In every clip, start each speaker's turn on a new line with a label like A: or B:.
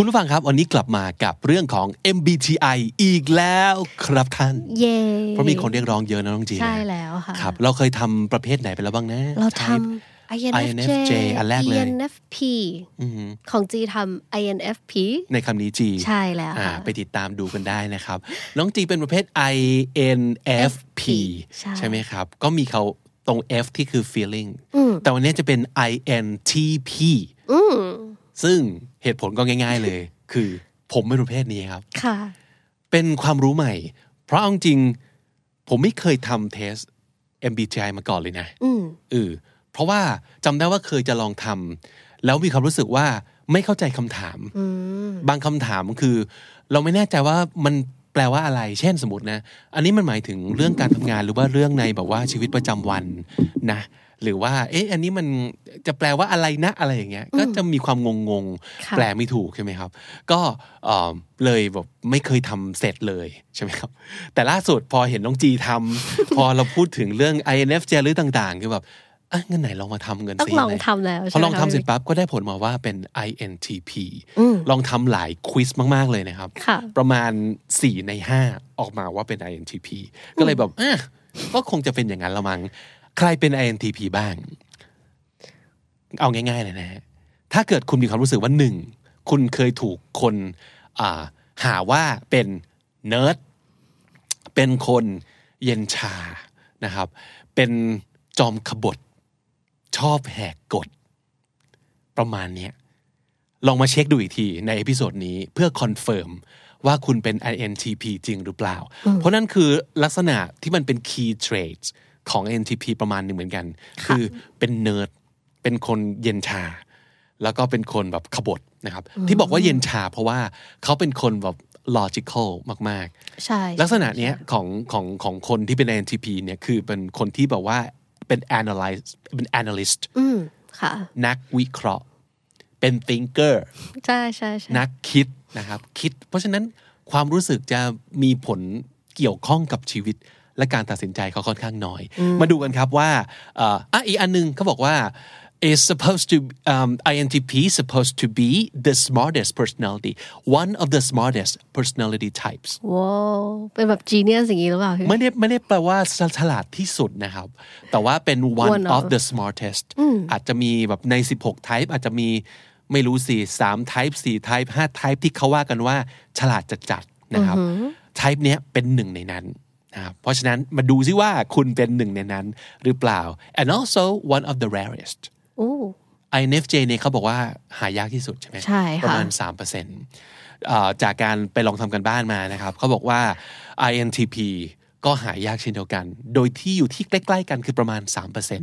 A: คุณผู้ฟังครับ วันนี้กลับมากับเรื่องของ MBTI อีกแล้วครับท่าน
B: เย่
A: เพราะมีคนเรียกร้องเยอะนะน้องจีน
B: ใช่แล้วค่ะ
A: ครับ เราเคยทำประเภทไหนไปแล้วบ้างนะ
B: เราท
A: Type
B: ำ
A: INFJ
B: INFJ
A: อันแรกเลย
B: INFP
A: อือหือ
B: ของจีทำ INFP
A: ในคำนี้จี
B: ใช่แล้ว
A: อ่า
B: ค่ะ
A: ไปติดตามดูกันได้นะครับ น้องจีเป็นประเภท INFP
B: ใช่
A: ไหมครับ ก็มีเขาตรง F ที่คือ feeling แต่วันนี้จะเป็น INTP
B: อืม
A: ซึ่งเหตุผลก็ง่าย ๆเลย คือผมเป็นประเภทนี้ครับ
B: ค่ะ
A: เป็นความรู้ใหม่ เพราะเอาจริงๆผมไม่เคยทำเทส MBTI มาก่อนเลยนะ
B: อืม
A: เออเพราะว่าจำได้ว่าเคยจะลองทำแล้วมีความรู้สึกว่าไม่เข้าใจคำถาม
B: อืม
A: บางคำถามคือ เราไม่แน่ใจว่ามันแปลว่าอะไร เช่นสมมตินะ อันนี้มันหมายถึงเรื่องการทำงานหรือว่าเรื่องในแบบว่าชีวิตประจำวันนะ หรือว่า เอ๊ะ อันนี้มันจะแปลว่าอะไรนะอะไรอย่างเงี้ย ก็จะมีความงงๆ
B: ค่ะ
A: แปลไม่ถูกใช่ไหมครับ ก็เอ่อเลยแบบไม่เคยทำเสร็จเลยใช่ไหมครับ แต่ล่าสุดพอเห็นน้องจีทำ พอเราพูดถึงเรื่อง INFJ หรือต่างๆคือแบบอ่ะงั้นไหนลองมาทำเงิน
B: ต้อง
A: สิ
B: ลอง
A: ไหน
B: ทำแล้ว
A: พอ
B: ใช่ไหม
A: ลอง
B: คะ
A: ทำเสร็จ
B: พี่
A: ปั๊บก็ได้ผลมาว่าเป็น INTP
B: อืม
A: ลองทำหลายควิสมาก ๆ เลยนะครับ
B: ค่ะ
A: ประมาณ 4 ใน 5 ออกมาว่าเป็น INTP ก็เลยแบบอ่ะก็คงจะเป็นอย่างนั้นละมั้งใครเป็น INTP บ้าง เอาง่าย ๆ เลยนะฮะถ้าเกิดคุณมีความรู้สึกว่าหนึ่งคุณเคยถูกคนอ่าหาว่าเป็นเนิร์ด เป็นคนเย็นชานะครับ เป็นจอมขบฏชอบแหกกฎ ประมาณเนี้ยลองมาเช็คดูอีกทีในเอพิโซดนี้เพื่อคอนเฟิร์มว่าคุณเป็น INTP จริงหรือเปล่า เพราะนั่นคือลักษณะที่มันเป็น key traits ของ INTP ประมาณหนึ่งเหมือนกัน คือเป็นเนิร์ด เป็นคนเย็นชา แล้วก็เป็นคนแบบขบฏนะครับ ที่บอกว่าเย็นชา เพราะว่าเขาเป็นคนแบบ logical มาก ๆ
B: ใช่
A: ลักษณะเนี้ยของของของคนที่เป็น INTP เนี่ยคือเป็นคนที่แบบว่าเป็น analyze เป็น analyst
B: อืมค่ะ
A: นักวิเคราะห์ เป็น thinker
B: ใช่ใช่ใช่
A: นักคิดนะครับคิด เพราะฉะนั้นความรู้สึกจะมีผลเกี่ยวข้องกับชีวิตและการตัดสินใจเขาค่อนข้างน้อย มาดูกันครับว่าเอ่ออ่ะอีกอันหนึงเขาบอกว่า is supposed to um, INTP supposed to be the smartest personality one of the smartest personality types
B: ว้าวเป็นแบบ genius อย่างนี้หรือเปล่าพี่
A: ไม่ได้ไม่ได้แปลว่าฉลาดที่สุดนะครับ แต่ว่าเป็น one
B: One of
A: of the smartest อาจจะมีแบบใน 16 type อาจจะมีไม่รู้สิ3 type 4 type 5 type ที่เขาว่ากันว่า ฉลาดจัดๆนะครับ type เนี้ยเป็นหนึ่งในนั้นนะครับเพราะฉะนั้นมาดูซิว่าคุณเป็นหนึ่งในนั้นหรือเปล่า and also one of the rarest
B: โอ้
A: INFJ เนี่ยเขาบอกว่าหายากที่สุดใช่ไหม
B: ใช่ค่ะ
A: ประมาณ 3%เอ่อจากการไปลองทำกันบ้านมานะครับ เขาบอกว่า INTP ก็หายากเช่นเดียวกัน โดยที่อยู่ที่ใกล้ๆกันคือประมาณ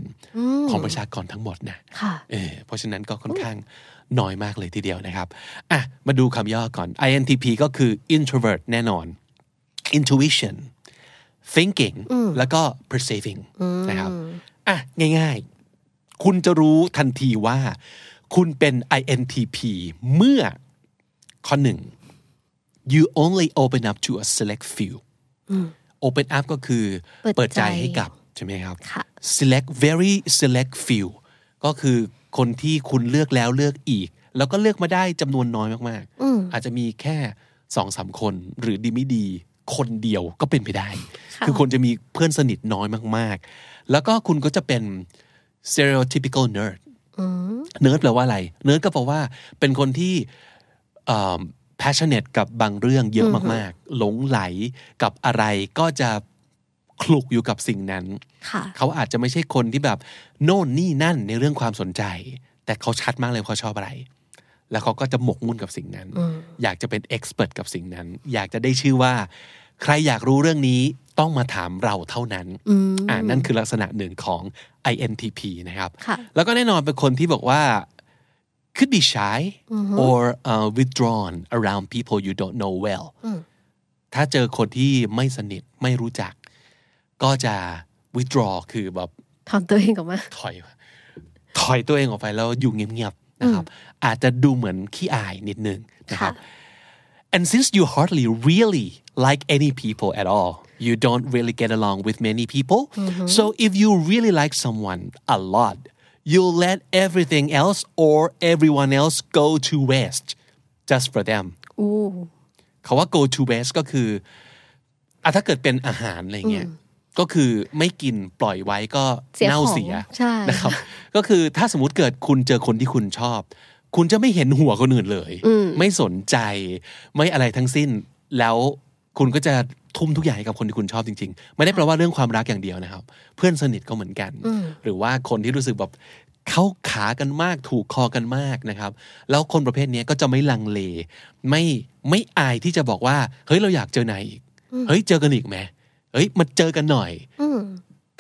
A: 3%ของประชากรทั้งหมดนะ
B: ค่ะ
A: เออเพราะฉะนั้นก็ค่อนข้างน้อยมากเลยทีเดียวนะครับ อ่ะ มาดูคำย่อก่อน INTP ก็คือ introvert แน่นอน intuition thinking แล้วก็ perceiving นะครับ อ่ะ ง่ายๆ คุณจะรู้ทันทีว่า คุณเป็น INTP เมื่อข้อหนึ่ง you only open up to a select few open up ก็คือ
B: เปิ
A: เปิด
B: ด
A: ใจ
B: ใจ
A: ให้กับ ใช่ไหมครับ
B: ค่ะ
A: select very select few ก็คือคนที่คุณเลือกแล้วเลือกอีก แล้วก็เลือกมาได้จำนวนน้อยมากๆ อาจจะมีแค่สองสามคน หรือดีไม่ดี คนเดียวก็เป็นไปได้ คือคนจะมีเพื่อนสนิทน้อยมากๆ แล้วก็คุณก็จะเป็น stereotypical nerd เนิร์ดแปลว่าอะไร เนิร์ดก็แปลว่าเป็นคนที่เอิ่ม passionate กับบางเรื่องเยอะมากๆ หลงไหลกับอะไรก็จะคลุกอยู่กับสิ่งนั้น
B: ค่ะ
A: เขาอาจจะไม่ใช่คนที่แบบโน่นนี่นั่นในเรื่องความสนใจ แต่เขาชัดมากเลยว่าเขาชอบอะไร แล้วเขาก็จะหมกมุ่นกับสิ่งนั้น อยากจะเป็นเอ็กซ์เพรสกับสิ่งนั้น อยากจะได้ชื่อว่า ใครอยากรู้เรื่องนี้ต้องมาถามเราเท่านั้นอ่านั่นคือลักษณะหนึ่งของ INTP นะครับ
B: ค่ะ
A: แล้วก็แน่นอนเป็นคนที่บอกว่า could be shy or uh, withdrawn around people you don't know well ถ้าเจอคนที่ไม่สนิทไม่รู้จัก ก็จะ withdraw คือแบบ
B: ถอนตัวเองออกมา
A: ถอยถอยตัวเองออกไปแล้วอยู่เงียบๆนะครับ อาจจะดูเหมือนขี้อายนิดนึงนะครับ and since you hardly really like any people at all you don't really get along with many people so if you really like someone a lot you'll let everything else or everyone else go to waste just for them
B: อู้
A: คาว่า go to waste ก็คืออ่ะถ้าเกิดเป็นอาหารอะไรเงี้ย ก็คือไม่กินปล่อยไว้ก็
B: เสียของ
A: เน่าเสีย
B: ใช่
A: นะครับ ก็คือถ้าสมมติเกิดคุณเจอคนที่คุณชอบ คุณจะไม่เห็นหัวคนอื่นเลย ไม่สนใจไม่อะไรทั้งสิ้น แล้วคุณก็จะทุ่มทุกอย่างให้กับคนที่คุณชอบจริง ๆ ไม่ได้แปลว่าเรื่องความรักอย่างเดียวนะครับ เพื่อนสนิทก็เหมือนกัน หรือว่าคนที่รู้สึกแบบเข้าขากันมากถูกคอกันมากนะครับ แล้วคนประเภทเนี้ยก็จะไม่ลังเล ไม่ไม่อายที่จะบอกว่า เฮ้ยเราอยากเจอนายอีก เฮ้ยเจอกันอีกไหมเฮ้ยมาเจอกันหน่อย
B: อืม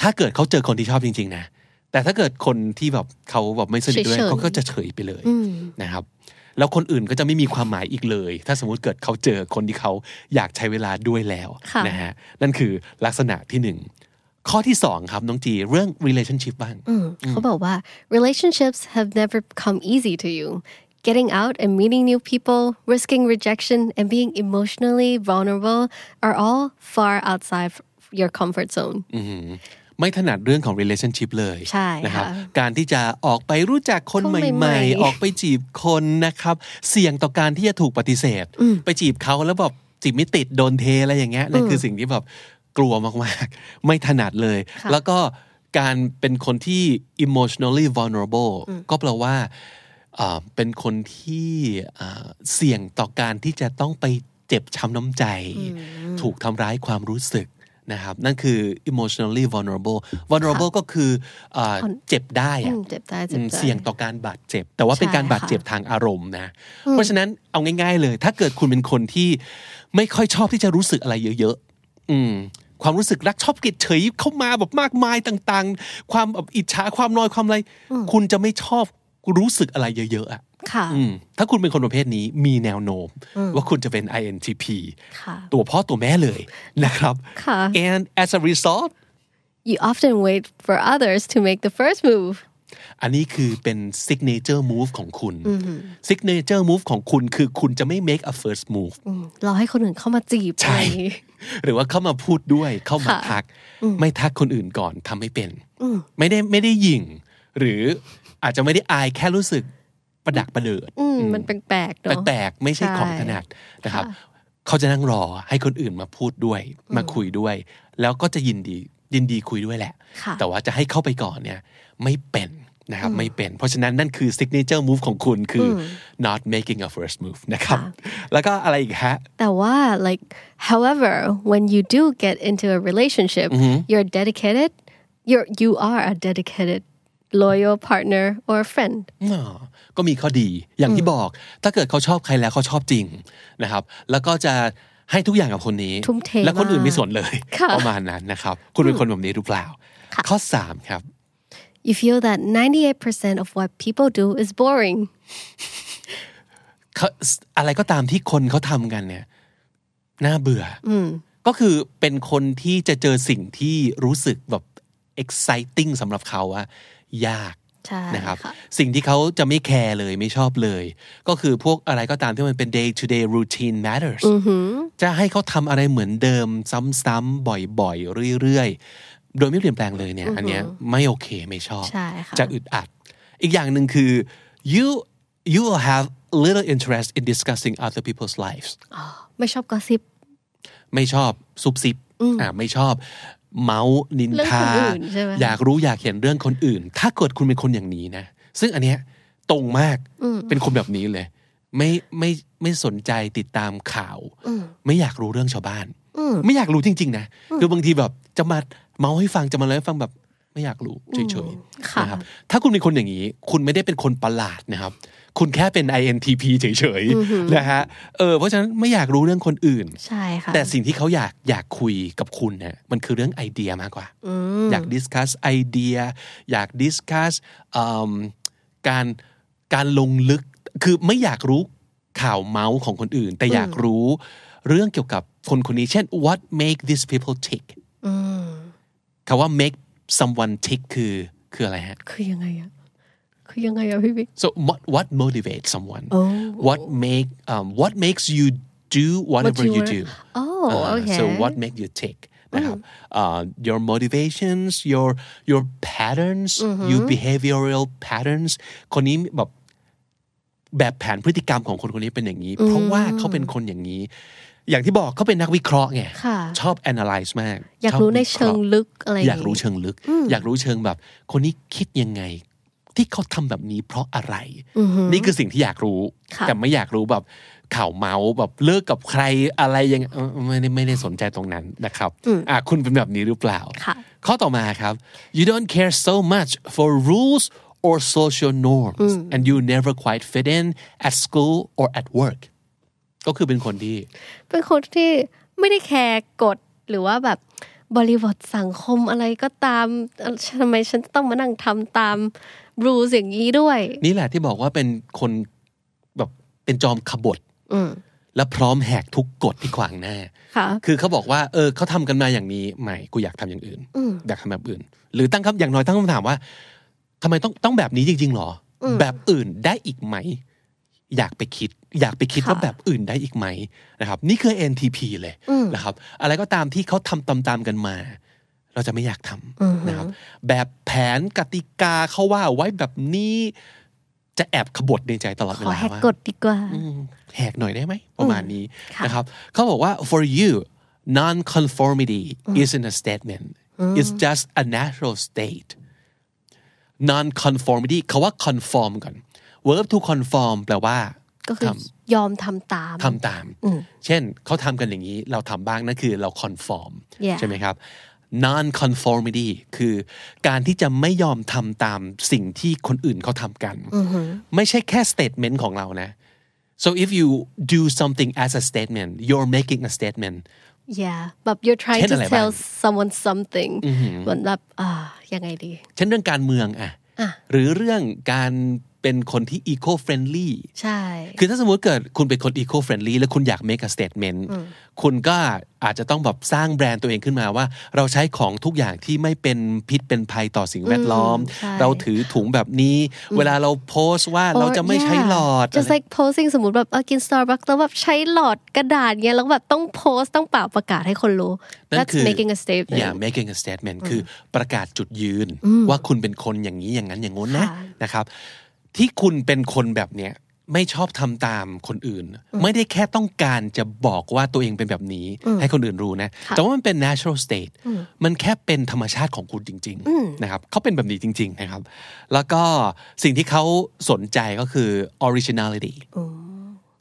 A: ถ้าเกิดเขาเจอคนที่ชอบจริง ๆ นะ แต่ถ้าเกิดคนที่แบบเขาแบบไม่สนิทด้วย
B: เฉยๆ
A: เขาก็จะเฉยไปเลย
B: อืม
A: นะครับ แล้วคนอื่นก็จะไม่มีความหมายอีกเลย ถ้าสมมุติเกิดเขาเจอคนที่เขาอยากใช้เวลาด้วยแล้ว
B: ค่ะ
A: นะฮะนั่นคือลักษณะที่หนึ่งข้อที่สองครับน้องจีเรื่อง relationship บ้าง
B: อืมเขาบอกว่า relationships have never come easy to you getting out and meeting new people risking rejection and being emotionally vulnerable are all far outside your comfort zone
A: Mm. ไม่ถนัดเรื่องของ relationship เลย
B: ใช่
A: นะครับ
B: ค่ะ
A: การที่จะออกไปรู้จักคน
B: คน
A: ใ
B: ให
A: ห
B: ม่ๆ
A: ม่ ๆ ออกไปจีบคนนะครับ เสี่ยงต่อการที่จะถูกปฏิเสธ ไปจีบเขาแล้วแบบจีบไม่ติดโดนเทอะไรอย่างเงี้ยนั่นคือสิ่งที่แบบกลัวมากๆ ไม่ถนัดเลย
B: ค่ะ
A: แล้วก็การเป็นคนที่ emotionally vulnerable ก็แปลว่าอ่าเป็นคนที่อ่าเสี่ยงต่อการที่จะต้องไปเจ็บช้ำน้ำใจ ถูกทำร้ายความรู้สึกนะครับ นั่นคือ emotionally vulnerable vulnerable ก็คืออ่าเจ็บได้
B: อื
A: อะ
B: มเจ็บได้
A: อื
B: เจ็บ
A: ม
B: ได้
A: เสี่ยงต่อการบาดเจ็บ แต่ว่าเป็น
B: ใช่
A: การบาดเจ็บ
B: ค่ะ
A: ทางอารมณ์นะ เพราะฉะนั้นเอาง่ายๆเลย ถ้าเกิดคุณเป็นคนที่ไม่ค่อยชอบที่จะรู้สึกอะไรเยอะๆอืมความรู้สึกรักชอบเกลียดเฉยเข้ามาแบบมากมายต่างๆ ความแบบอิจฉาความนอยความอะไร คุณจะไม่ชอบรู้สึกอะไรเยอะๆอะ
B: ค่ะ
A: อืมถ้าคุณเป็นคนประเภทนี้มีแนวโน้มว่าคุณจะเป็น INTP
B: ค่ะ
A: ตัวพ่อตัวแม่เลยนะครับ
B: ค่ะ
A: and as a result
B: you often wait for others to make the first move
A: อันนี้คือเป็น signature move ของคุณ signature move ของคุณคือคุณจะไม่ make a first move
B: อืมรอให้คนอื่นเข้ามาจีบ
A: ใช่
B: อะไรอย่างงี้
A: หรือว่าเข้ามาพูดด้วยเข้ามา
B: ค่ะ
A: ทัก ไม่ทักคนอื่นก่อนทำไม่เป็น ไม่ได้ไม่ได้หยิ่ง หรืออาจจะไม่ได้อายแค่รู้สึกประดักประเดิด
B: อืมมันแปลกๆเนาะ
A: แปลกๆไม่ใช่
B: ใช่
A: ของถนัดนะครับ เขาจะนั่งรอให้คนอื่นมาพูดด้วย มาคุยด้วย แล้วก็จะยินดียินดีคุยด้วยแหละ
B: ค่ะ
A: แต่ว่าจะให้เข้าไปก่อนเนี่ยไม่เป็นนะครับไม่เป็น เพราะฉะนั้นนั่นคือ signature move ของคุณคืออ not making a first move นะครับ
B: ค่ะ
A: แล้วก็อะไรอีกฮะ
B: แต่ว่า like however when you do get into a relationship
A: Mm-hmm.
B: you're dedicated you're you are a dedicated loyal partner or friend
A: อ๋อก็มีข้อดีอย่างที่บอก ถ้าเกิดเขาชอบใครแล้วเขาชอบจริงนะครับ แล้วก็จะให้ทุกอย่างกับคนนี้
B: ทุ่มเท
A: และคนอื่นไม่สนเลย
B: ค่ะ
A: ประมาณนั้นนะครับ คุณเป็นคนแบบนี้หรือเปล่า ข้อ 3 ครับ
B: you feel that 98% of what people do is boring
A: เขาอะไรก็ตามที่คนเขาทำกันเนี่ย น่าเบื่ออก็คือเป็นคนที่จะเจอสิ่งที่รู้สึกแบบ exciting สำหรับเขาอะยาก
B: ใช่
A: นะครับ
B: ค่ะ
A: สิ่งที่เขาจะไม่แคร์เลยไม่ชอบเลย ก็คือพวกอะไรก็ตามที่มันเป็น day to day routine matters จะให้เขาทำอะไรเหมือนเดิม ซ้ำๆบ่อยๆ เรื่อยๆ โดยไม่เปลี่ยนแปลงเลยเนี่ย อันเนี้ยไม่โอเคไม่ชอบ
B: ใช่ค่ะ
A: จะอึดอัด อีกอย่างหนึ่งคือ you you will have little interest in discussing other people's lives
B: ไม่ชอบกอสิบ
A: ไม่ชอบซุบซิบอ่าไม่ชอบ เมาส์นินทา
B: เรื่องคนอื่นใช่ไหม
A: อยากรู้อยากเห็นเรื่องคนอื่น ถ้าเกิดคุณเป็นคนอย่างนี้นะ ซึ่งอันเนี้ยตรงมากเป็นคนแบบนี้เลย ไม่ไม่ไม่สนใจติดตามข่าว ไม่อยากรู้เรื่องชาวบ้าน ไม่อยากรู้จริง ๆ นะ คือบางทีแบบจะมาเมาให้ฟังจะมาเล่าให้ฟังแบบ ไม่อยากรู้เฉยๆ
B: ค่ะ
A: นะครับ ถ้าคุณเป็นคนอย่างนี้ คุณไม่ได้เป็นคนประหลาดนะครับ คุณแค่เป็น INTP เฉยๆนะฮะเออเพราะฉะนั้นไม่อยากรู้เรื่องคนอื่น
B: ใช่ค่ะ
A: แต่สิ่งที่เขาอยากอยากคุยกับคุณเนี่ยมันคือเรื่องไอเดียมากกว่า อยากดิสคัสไอเดีย อยากดิสคัสการการลงลึกคือไม่อยากรู้ข่าวเมาส์ของคนอื่น แต่อยากรู้เรื่องเกี่ยวกับคนคนนี้ เช่น what make these people tick คำว่า make someone tick คือคืออะไรฮะ
B: คือยังไงอะคือยังไงอะพี่บิ๊ก
A: so what what motivates someone what make um, what makes you do whatever
B: you
A: you,
B: were-
A: do
B: โอ้
A: Uh,
B: โอเค
A: so what make you tick นะครับ uh, your motivations your your patterns your behavioral patterns คนนี้แบบแบบแผนพฤติกรรมของคนคนนี้เป็นอย่างนี้ เพราะว่าเขาเป็นคนอย่างนี้ อย่างที่บอกเขาเป็นนักวิเคราะห์ไง
B: ค่ะ
A: ชอบ analyze มาก
B: อยาก
A: ชบ
B: รู้ใน
A: วิค
B: เชิ
A: ราะ
B: ง
A: ห์
B: ลึกอะไร
A: อยากรู้
B: งงี้
A: เชิงลึก อยากรู้เชิงแบบ คนนี้คิดยังไง ที่เขาทำแบบนี้เพราะอะไร นี่คือสิ่งที่อยากรู้
B: ค่ะ
A: แต่ไม่อยากรู้แบบข่าวเมาส์แบบเลิกกับใครอะไรยังเออไม่ได้ไม่ได้สนใจตรงนั้นนะครับอ่ะคุณเป็นแบบนี้หรือเปล่า
B: ค่ะ
A: ข้อต่อมาครับ you don't care so much for rules or social norms and you never quite fit in at school or at work ก็คือเป็นคนที่
B: เป็นคนที่ไม่ได้แคร์กฎหรือว่าแบบบริบทสังคมอะไรก็ตามเอ่อทำไมฉันต้องมานั่งทำตามรูสอย่างนี้ด้วย
A: นี่แหละที่บอกว่าเป็นคนแบบเป็นจอมขบฏและพร้อมแหกทุกกฎที่ขวางหน้า
B: ค่ะ
A: คือเขาบอกว่า เออเขาทำกันมาอย่างนี้ไม่กูอยากทำอย่างอื่น อยากทำแบบอื่น หรือตั้งคำอย่างน้อยตั้งคำถามว่าทำไมต้องต้องแบบนี้จริง ๆหรออแบบอื่นได้อีกไหม อยากไปคิด อยากไปคิด
B: ค่ะ
A: ว่าแบบอื่นได้อีกไหมนะครับ นี่คือ NTP เลยนะครับ อะไรก็ตามที่เขาทำตามๆกันมา เราจะไม่อยากทำนะครับ แบบแผนกติกาเขาว่าไว้แบบนี้จะแอบขบฏในใจตลอด
B: ข
A: เว
B: อ
A: ลา
B: แหก
A: ว่า
B: กฎดีกว่า
A: อืมแหกหน่อยได้ไหมประมาณนี้
B: ค่ะ
A: นะครับเขาบอกว่า for you nonconformity isn't a statement it's just a natural state nonconformity คาว่า conform ก่อน verb to conform แปลว่า
B: ก็คือ
A: ท
B: ยอมทำตาม
A: ำทำตาม เช่นเขาทำกันอย่างนี้ เราทำบ้างนั่นคือเรา conform
B: Yeah
A: ใช่ไหมครับ nonconformity คือการที่จะไม่ยอมทำตามสิ่งที่คนอื่นเขาทำกัน ไม่ใช่แค่ statement ของเรานะ so if you do something as a statement you're making a statement
B: yeah แบบ you're
A: เช่
B: trying
A: น
B: to
A: อะไรบ้าง
B: tell someone something เหมือนแบบอ่ายังไงดี
A: เช่นเรื่องการเมืองอะหรือเรื่องการเป็นคนที่ eco friendly
B: ใช่
A: คือถ้าสมมติเกิดคุณเป็นคน eco friendly แล้วคุณอยาก make a statement คุณก็อาจจะต้องแบบสร้างแบรนด์ตัวเองขึ้นมาว่า เราใช้ของทุกอย่างที่ไม่เป็นพิษเป็นภัยต่อสิ่งแวดล้อม
B: ใช่
A: เราถือถุงแบบนี้ เวลาเราโพสต์ว่าเราจะไม่ใช้หลอด
B: จะ like posting สมมติแบบเอากิน Starbucks แล้วแบบใช้หลอดกระดาษเงี้ยแล้วแบบต้องโพสต์ต้องเป่าประกาศให้คนรู้
A: นั่น
B: that's
A: คือ
B: making a statement
A: อย่า making a statement คือประกาศจุดยืน ว่าคุณเป็นคนอย่างนี้อย่างนั้นอย่างงู้นนะ
B: ค่ะ
A: นะครับ ที่คุณเป็นคนแบบเนี้ยไม่ชอบทำตามคนอื่น ไม่ได้แค่ต้องการจะบอกว่าตัวเองเป็นแบบนี้ ให้คนอื่นรู้นะ แต่ว่ามันเป็น natural state มันแค่เป็นธรรมชาติของคุณจริง ๆ นะครับเขาเป็นแบบนี้จริง ๆ นะครับ แล้วก็สิ่งที่เขาสนใจก็คือ originality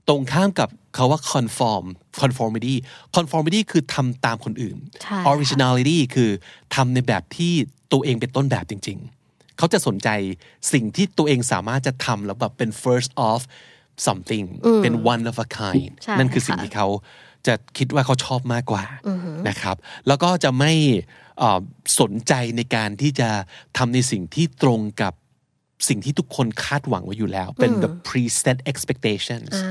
A: ตรงข้ามกับคาว่า conform conformity conformity คือทำตามคนอื่น
B: ใช่
A: originality คือทำในแบบที่ตัวเองเป็นต้นแบบจริง ๆ เขาจะสนใจสิ่งที่ตัวเองสามารถจะทำแล้วแบบเป็น first of something เป็น one of a kind
B: ใช่
A: นั่นคือสิ่ง
B: ค่ะ
A: ที่เขาจะคิดว่าเขาชอบมากกว่านะครับ แล้วก็จะไม่เอ่อสนใจในการที่จะทำในสิ่งที่ตรงกับสิ่งที่ทุกคนคาดหวังไว้อยู่แล้ว เป็น the preset expectations
B: อ่า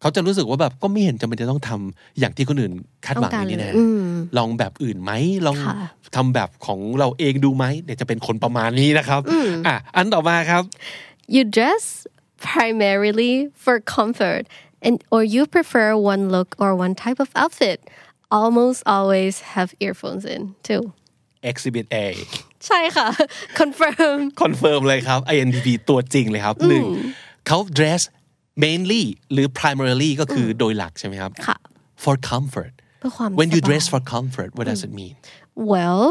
A: เขาจะรู้สึกว่าแบบก็ไม่เห็นจำเป็นจะต้องทำอย่างที่คนอื่นคาดหวัง
B: ต้องการ
A: เลยนี่นะ
B: เลยอืม
A: ลองแบบอื่นไหมลอง
B: ค่ะ
A: ทำแบบของเราเองดูไหมเดี๋ยวจะเป็นคนประมาณนี้นะครับอ่ะอันต่อมาครับ
B: You dress primarily for comfort and or you prefer one look or one type of outfit. Almost always have earphones in too.
A: exhibit A
B: ใช่ค่ะ confirm
A: คอนเฟิร์มเลยครับ INTP ตัวจริงเลยครับหนึ่งเขา dress mainly หรือ primarily ก็คืออโดยหลักใช่ไหมครับ
B: ค่ะ
A: for comfort
B: เพื่อความ
A: when you
B: สบาย
A: dress for comfort what does it mean
B: well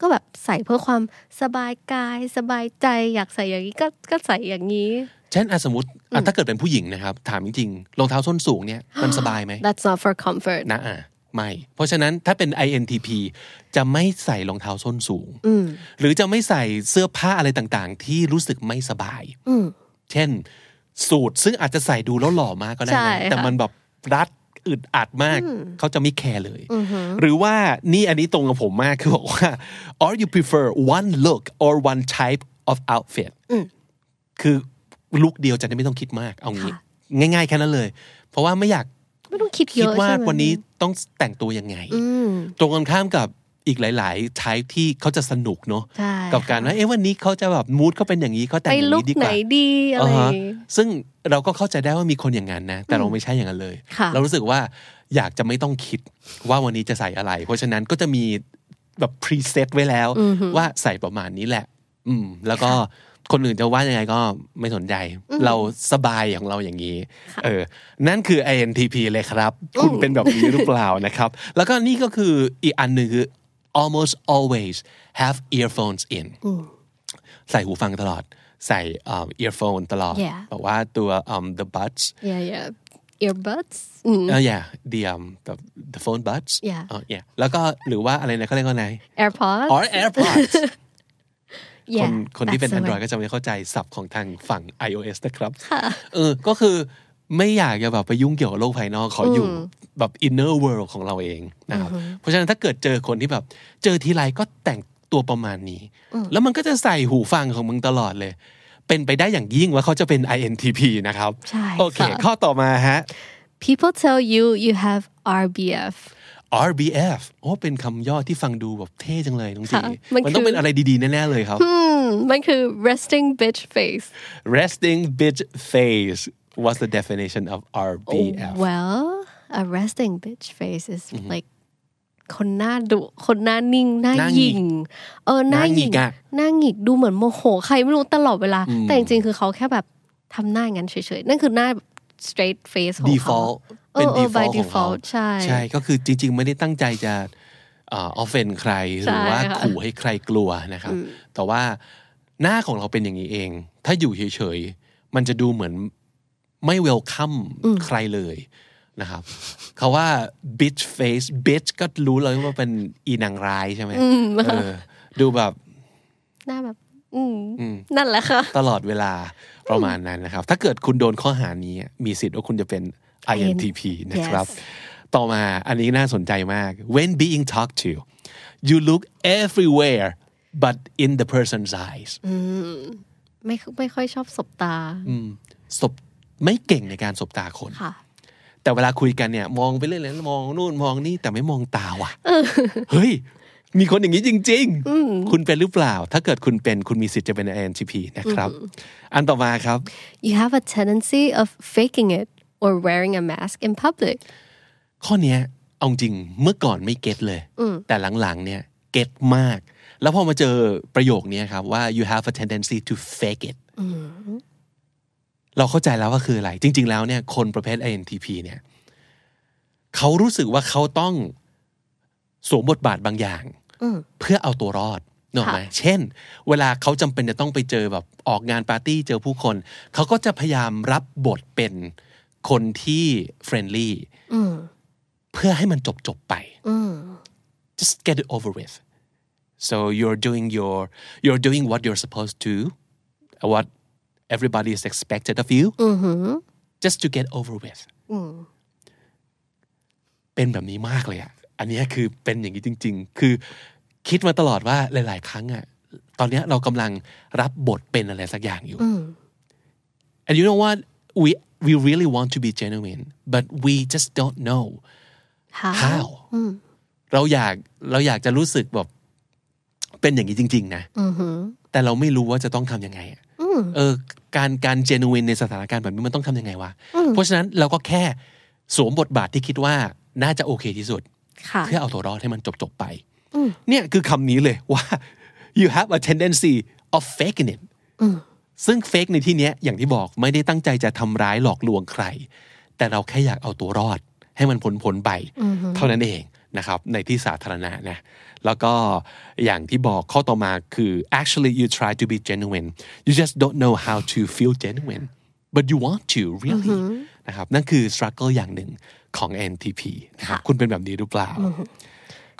B: ก็แบบใส่เพื่อความสบายกาย สบายใจอยากใส่อย่างนี้ก็ก็ใส่อย่างนี้
A: เช่นอ่ะสมมติอ่ะถ้าเกิดเป็นผู้หญิงนะครับ ถามจริงๆรองเท้าส้นสูงเนี่ยมันสบายไหม
B: that's not for comfort
A: นะอ่ะไม่ เพราะฉะนั้นถ้าเป็น INTP จะไม่ใส่รองเท้าส้นสูง หรือจะไม่ใส่เสื้อผ้าอะไรต่างๆ ที่รู้สึกไม่สบาย เช่น สูทซึ่งอาจจะใส่ดูแล้วหล่อมากก็ได้
B: ใช่
A: นะ
B: ค่ะ
A: แต่มันแบบรัดอึดอัดมาก เขาจะไม่แคร์เลย หรือว่านี่อันนี้ตรงกับผมมากคือบอกว่า or you prefer one look or one type of outfit คือลุกเดียวจะได้ไม่ต้องคิดมากเอางี้ ง่ายๆแค่นั้นเลย เพราะว่าไม่อยาก
B: ไม่ต้องคิดเย
A: คิด
B: อะ
A: ว่า
B: ใช่ไหม Mm.
A: วันนี้ต้องแต่งตัวยังไง ตรงกันข้ามกับ อีกหลาย ๆ ไทป์ที่เขาจะสนุกเนาะ
B: ใช่
A: กับการว่าเอ๊ะวันนี้เขาจะแบบมูดเขาเป็นอย่างนี้เขาแต่ง
B: ไป
A: อย่าง
B: ลุก
A: นี้ดีก
B: ไหน
A: ว่า
B: ดีอะไร
A: อ่าฮะซึ่งเราก็เข้าใจได้ว่ามีคนอย่างนั้นนะ แต่เราไม่ใช่อย่างนั้นเลย
B: ค่ะ
A: เรารู้สึกว่าอยากจะไม่ต้องคิดว่าวันนี้จะใส่อะไร เพราะฉะนั้นก็จะมีแบบพรีเซตไว้แล้ว ว่าใส่ประมาณนี้แหละ อืม แล้วก็คนอื่นจะว่ายังไงก็ไม่สนใจ เราสบายของเราอย่างนี้ เออ นั่นคือ INTP เลยครับ คุณเป็นแบบนี้หรือเปล่านะครับ แล้วก็นี่ก็คืออีกอันหนึ่งคือ almost always have earphones in ใส่หูฟังตลอด ใส่เอ่อ earphone ตลอด
B: Yeah.
A: แบบว่าตัว um the buds
B: yeah yeah earbuds mm, อืม
A: เออ yeah the um the the phone buds
B: Yeah.
A: อ๋อ yeah แล้วก็หรือว่าอะไรนะเขาเรียกว่าไง
B: AirPods
A: or AirPods ค
B: yeah
A: นคนที่เป็น
B: that's the
A: Android
B: one
A: ก็จะไม่เข้าใจศัพท์ของทางฝั่ง iOS นะครับเออก็คือไม่อยากจะแบบไปยุ่งเกี่ยวกับโลกภายนอกขออยู่แบบ inner world ของเราเองนะครับเพราะฉะนั้นถ้าเกิดเจอคนที่แบบ เจอทีไรก็แต่งตัวประมาณนี้ แล้วมันก็จะใส่หูฟังของมึงตลอดเลย เป็นไปได้อย่างยิ่งว่าเขาจะเป็น INTP นะครับ
B: ใช่
A: โอเค
B: ค่ะ
A: ข้อต่อมาฮะ
B: people tell you you have RBF
A: RBF โอ้เป็นคำย่อที่ฟังดูแบบเท่จังเลยน้องจี
B: ค่ะมัน
A: มันต้อง
B: คือ
A: เป็นอะไรดีๆแน่ๆเลยครับ
B: มันคือ resting bitch face
A: resting bitch face what's the definition of RBF
B: Well, a resting bitch face is like คนหน้าดุคนหน้านิ่ง หน้า
A: หน้าหงิก
B: หยิง เออหน้าหยิง
A: หน้าหงิกอะ
B: หน้าหงิกดูเหมือนโมโหใครไม่รู้ตลอดเวลา แต่จริงๆ คือเขาแค่แบบทำหน้าอย่างนั้นเฉยๆ นั่นคือหน้าแบบ straight face ของเขา
A: default เป็น
B: เออเออ by
A: default ของเขา
B: default ใช่
A: ใช่ก็คือจริง ๆ ไม่ได้ตั้งใจจะเอ่อ offend ใคร ห
B: ใช่
A: รือว่า
B: ค่ะ
A: ขู่ให้ใครกลัวนะครับ แต่ว่าหน้าของเราเป็นอย่างนี้เอง ถ้าอยู่เฉยๆ มันจะดูเหมือนไม่ welcome ใครเลยนะครับเขาว่า bitch face bitch ก็รู้เลยว่าเป็นอีนางร้ายใช่ไหมเออดูแบบ
B: หน้าแบบ อืมนั่นแหละค่ะ
A: ตลอดเวลาประมาณนั้นนะครับ ถ้าเกิดคุณโดนข้อหานี้ มีสิทธิ์ว่าคุณจะเป็น INTP นะครับ
B: Yes
A: ต่อมาอันนี้น่าสนใจมาก when being talked to you look everywhere but in the person's eyes
B: ไม่ไม่ค่อยชอบสบตา
A: สบไม่เก่งในการสบตาคน
B: ค่ะ
A: แต่เวลาคุยกันเนี่ย มองไปเรื่อยเลยมองนู่นมองนี่แต่ไม่มองตา ว่ะเฮ้ย มีคนอย่างนี้จริง ๆ คุณเป็นหรือเปล่า ถ้าเกิดคุณเป็นคุณมีสิทธิ์จะเป็น INTP นะครับ อันต่อมาครับ
B: you have a tendency of faking it or wearing a mask in public
A: ข้อเนี้ยเอาจริงเมื่อก่อนไม่เก็ตเลย แต่หลังๆเนี่ยเก็ตมาก แล้วพอมาเจอประโยคเนี้ยครับว่า you have a tendency to fake it เราเข้าใจแล้วว่าคืออะไร จริง ๆ แล้วเนี่ยคนประเภท INTP เนี่ยเขารู้สึกว่าเขาต้องสวมบทบาทบางอย่าง เพื่อเอาตัวรอดนึกออกไหมเช่น เวลาเขาจำเป็นจะต้องไปเจอแบบออกงานปาร์ตี้เจอผู้คน เขาก็จะพยายามรับบทเป็นคนที่เฟรนลี่ เพื่อให้มันจบจบๆไป just get it over with so you're doing your you're doing what you're supposed to what everybody is expected of you just to get over with เป็นแบบนี้มากเลยอะอันเนี้ยคือเป็นอย่างนี้จริง ๆ คือคิดมาตลอดว่าหลาย ๆ ครั้งอะตอนเนี้ยเรากำลังรับบทเป็นอะไรสักอย่างอยู่ and you know what we we really want to be genuine but we just don't know
B: how
A: how เราอยากเราอยากจะรู้สึกแบบเป็นอย่างนี้จริง ๆ นะแต่เราไม่รู้ว่าจะต้องทำยังไงอะเออ การการเจนูนในสถานการณ์แบบนี้มันต้องทำยังไงวะ เพราะฉะนั้นเราก็แค่สวมบทบาทที่คิดว่าน่าจะโอเคที่สุด
B: ค่ะ
A: เพื่อเอาตัวรอดให้มันจบจบๆไป เนี่ยคือคำนี้เลยว่า you have a tendency of faking it ซึ่ง fake ในที่เนี้ยอย่างที่บอกไม่ได้ตั้งใจจะทำร้ายหลอกลวงใคร แต่เราแค่อยากเอาตัวรอด ให้มันพ้นพ้นๆไป เท่านั้นเองนะครับ ในที่สาธารณะนะ แล้วก็อย่างที่บอกข้อต่อมาคือ actually you try to be genuine you just don't know how to feel genuine but you want to really นะครับนั่นคือ struggle อย่างหนึ่งของ NTP นะครับคุณเป็นแบบนี้หรือเปล่า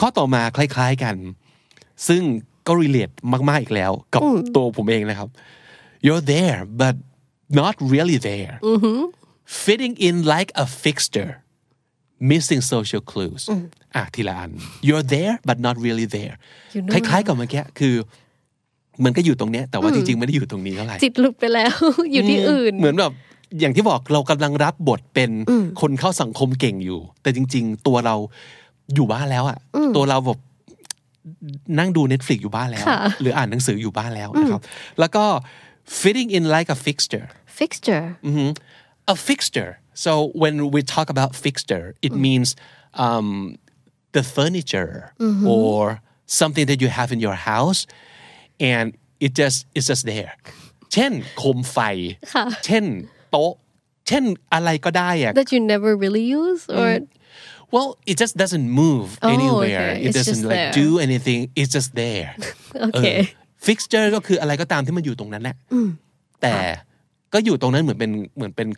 A: ข้อต่อมาคล้าย ๆกัน ซึ่งก็ relate มาก ๆ อีกแล้ว กับตัวผมเองนะครับ you're there but not really there fitting in like a fixture missing social clues อ่ะทีละอัน you're there but not really there
B: อยู่นู่
A: คน ล้าย ๆ กับเมื่อกี้คือ มันก็อยู่ตรงเนี้ย แต่ว่าจริง ๆ ไม่ได้อยู่ตรงนี้เท่าไหร่
B: จิตหลุดไปแล้ว อยู่ที่อื่น
A: เหมือนแบบอย่างที่บอกเรากำลังรับบทเป็นคนเข้าสังคมเก่งอยู่ แต่จริง ๆ ตัวเราอยู่บ้านแล้วอะตัวเราแบบ นั่งดู Netflix อยู่บ้านแล้ว หรืออ่านหนังสืออยู่บ้านแล้วนะครับ แล้วก็ fitting in like a fixture
B: Fixture.
A: a fixture. So when we talk about fixture, it
B: Mm.
A: means um, the furniture
B: Mm-hmm.
A: or something that you have in your house, and it just it's just there. เช่นโคมไฟ เช่นโต๊ะ เช่นอะไรก็ได้อะ
B: That you never really use? Or
A: eh. well it just doesn't move
B: Oh,
A: anywhere
B: okay.
A: it
B: It's
A: doesn't
B: just
A: like
B: there.
A: do anything it's just there เอ
B: okay.
A: อ fixture ก็คืออะไรก็ตามที่มันอยู่ตรงนั้นแหละแต่ก็อยู่ตรงนั้นเหมือนเป็นเหมือนเป็น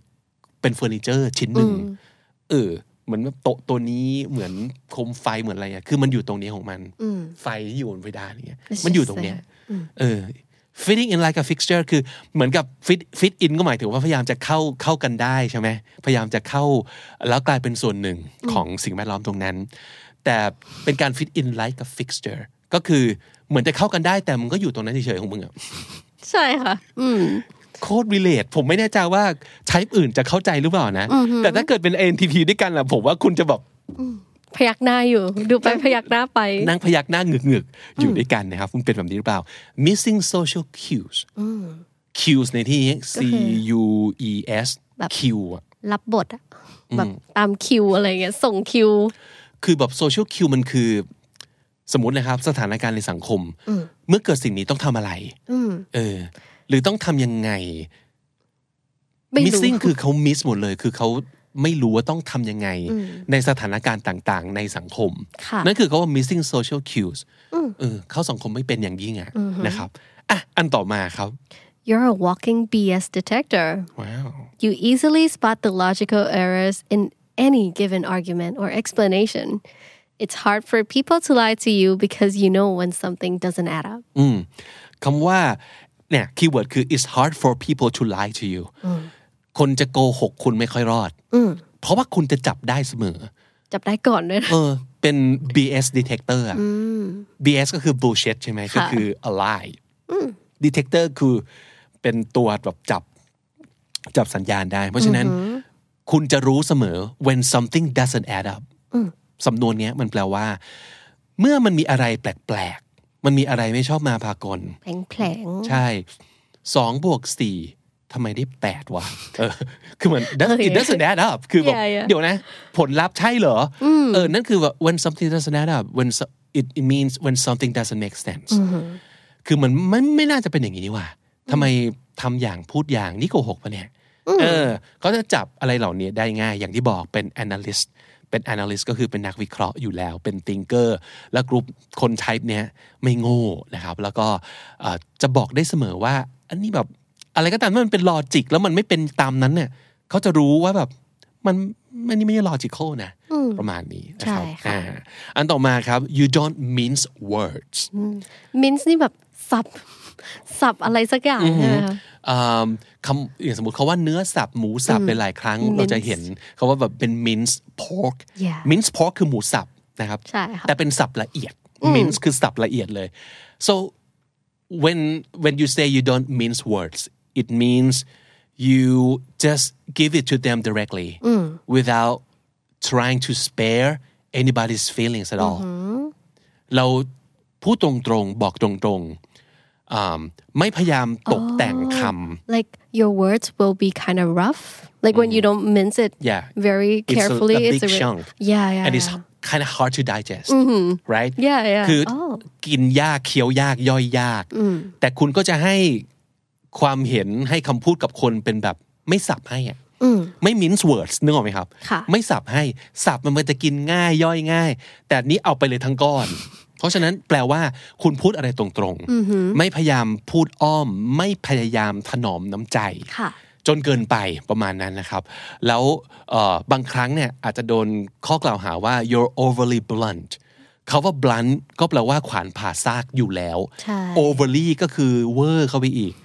A: เป็นเฟอร์นิเจอร์ชิ้นหนึ่งเออเหมือนโต๊ะตัวนี้เหมือนโคมไฟเหมือนอะไรอ่ะคือมันอยู่ตรงนี้ของมันไฟที่อยู่บนเพดานเนี่ย
B: It's
A: มันอยู่
B: just
A: ตรงเนี้ยเออ fitting in like a fixture คือเหมือนกับ fit fit in ก็หมายถึงว่าพยายามจะเข้าเข้ากันได้ใช่ไหมพยายามจะเข้าแล้วกลายเป็นส่วนหนึ่งของสิ่งแวดล้อมตรงนั้น แต่เป็นการ fit in like a fixture ก็คือเหมือนจะเข้ากันได้แต่มันก็อยู่ตรงนั้นเฉยๆของมึงอะ
B: ใช่ค่ะ. Mm.
A: โคตร relate ผมไม่แน่ใจว่าใช้อื่นจะเข้าใจหรือเปล่านะ แต่ถ้าเกิดเป็น NTP ด้วยกันล่ะผมว่าคุณจะแบบ
B: พยักหน้าอยู่ดูไปพยักหน้าไป
A: นั่งพยักหน้าหงึกๆอยู่ด้วยกันนะครับคุณเป็นแบบนี้หรือเปล่า missing social cues cues ในที่นี้ C
B: ก็คือ
A: U E S
B: แบบ
A: Q อะ
B: รับบทอะแบบตามคิวอะไรเงี้ยส่งคิว
A: คือแบบ social cue มันคือ สมมตินะครับ สถานการณ์ในสังคม เมื่อเกิดสิ่งนี้ต้องทำอะไรเออ หรือต้องทำยังไง
B: ไม่รู้
A: missing คือเขา miss หมดเลย คือเขาไม่รู้ว่าต้องทำยังไง ในสถานการณ์ต่างๆ ในสังคม
B: ค่ะ
A: นั่นคือเขาว่า missing social cues เออเข้าสังคมไม่เป็นอย่างยิ่งอะนะครับอ่ะอันต่อมาครับ
B: You're a walking BS detector.
A: ว้าว
B: You easily spot the logical errors in any given argument or explanation. It's hard for people to lie to you because you know when something doesn't add up.
A: อืมคำว่าเนี่ยคีย์เวิร์ดคือ it's hard for people to lie to you คนจะโกหกคุณไม่ค่อยรอด เพราะว่าคุณจะจับได้เสมอ
B: จับได้ก่อนด้วยนะ
A: เออ เป็น BS detector อะ BS ก็คือ bullshit ใช่ไหม ก็คือ a lie detector คือเป็นตัวแบบจับจับสัญญาณได้ เพราะฉะนั้นคุณจะรู้เสมอ when something doesn't add up สำนวนเนี้ยมันแปลว่า เมื่อมันมีอะไรแปลกๆ มันมีอะไรไม่ชอบมาพากล
B: แผลงๆ
A: ใช่สองบวกสี่ทำไมได้แปดวะเออคือเหมือน doesn't- it doesn't add up คือแบบ
B: Yeah, yeah.
A: เดี๋ยวนะ ผลลัพธ์ใช่เหรออเออ นั่นคือแบบ when something doesn't add up when so- it it means when something doesn't make sense คือมันไม่ไม่น่าจะเป็นอย่างนี้นี่หว่าทำไมทำอย่างพูดอย่างนี่โกหกปะเนี่ย เออเขาจะจับอะไรเหล่านี้ได้ง่าย อย่างที่บอกเป็น analyst เป็น analyst ก็คือเป็นนักวิเคราะห์อยู่แล้ว เป็น thinker และกลุ่มคนไทป์เนี้ยไม่โง่นะครับ แล้วก็เอ่อจะบอกได้เสมอว่า อันนี้แบบอะไรก็ตามที่มันเป็นลอจิกแล้วมันไม่เป็นตามนั้นเนี่ยเขาจะรู้ว่าแบบมันมันนี่ไม่ใช่ logical นะ ประมาณนี้นะครับ
B: ใช่ค่ะ
A: อ่าอันต่อมาครับ you don't mince words
B: Mince นี่แบบสับ-สับอะไรสักอย่างใช่ไหมคะ?
A: อืมคำอย่างสมมติเขาว่าเนื้อสับหมูสับหลายๆครั้ง เราจะเห็นเขาว่าแบบเป็น mince pork
B: Yeah
A: mince pork คือหมูสับนะครับ
B: ใช่ค่ะ
A: แต่เป็นสับละเอียด mince คือสับละเอียดเลย so when when you say you don't mince words it means you just give it to them directly
B: Mm.
A: without trying to spare anybody's feelings at all
B: Mm-hmm.
A: เราพูดตรงๆ บอกตรงๆอ่าไม่พยายามตกแต่งคำ
B: Like your words will be kind of rough like when you don't mince it
A: Mm-hmm. Yeah.
B: very
A: It's a-
B: carefully
A: a big
B: re-
A: chunk.
B: yeah yeah
A: and it's
B: yeah. Mm-hmm.
A: kind of hard to digest right
B: Yeah, yeah.
A: คือ
B: Oh.
A: กินยากเคี้ยวยากย่อยยาก แต่คุณก็จะให้ความเห็นให้คำพูดกับคนเป็นแบบไม่สับให้อะไม่ mince words นึกออกไหมครับ
B: ค่ะ
A: ไม่สับให้สับมันจะกินง่ายย่อยง่าย แต่อันนี้เอาไปเลยทั้งก้อน เพราะฉะนั้นแปลว่าคุณพูดอะไรตรงๆ ไม่พยายามพูดอ้อม ไม่พยายามถนอมน้ำใจ
B: ค่ะ
A: จนเกินไปประมาณนั้นนะครับ แล้วเอ่อบางครั้งเนี่ยอาจจะโดนข้อกล่าวหาว่า you're overly blunt เขาว่า blunt ก็แปลว่าขวานผ่าซากอยู่แล้ว
B: ใช่
A: overly ก็คือเวอร์เข้าไปอีก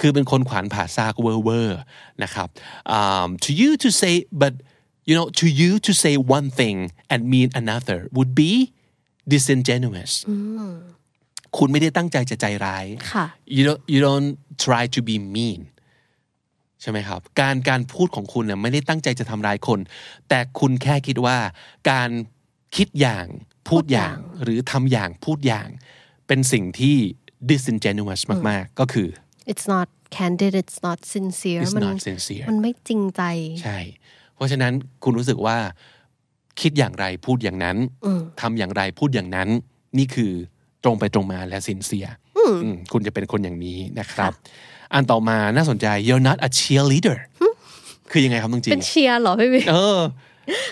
A: คือเป็นคนขวานผ่าซากเวอร์เวอร์นะครับอ่า to you to say but you know to you to say one thing and mean another would be disingenuous คุณไม่ได้ตั้งใจจะใจร้าย
B: ค่ะ
A: you don't you don't try to be mean ใช่ไหมครับ การการพูดของคุณเนี่ยไม่ได้ตั้งใจจะทำร้ายคน แต่คุณแค่คิดว่าการ คิดอย่างพูดอย่างหรือทำอย่างพูดอย่าง เป็นสิ่งที่ disingenuous มาก ๆ ก็คือ
B: it's not candid it's not sincere
A: it's
B: มัน
A: not sincere
B: มันไม่จริงใจ
A: ใช่ เพราะฉะนั้นคุณรู้สึกว่า คิดอย่างไรพูดอย่างนั้นทำอย่างไรพูดอย่างนั้น นี่คือตรงไปตรงมาและสินเสียอืมคุณจะเป็นคนอย่างนี้นะครับ อันต่อมาน่าสนใจ you're not a cheerleader คือยังไงครับน้องจี
B: เป็นเชียร์เหรอพี่บิ๊ก
A: เออ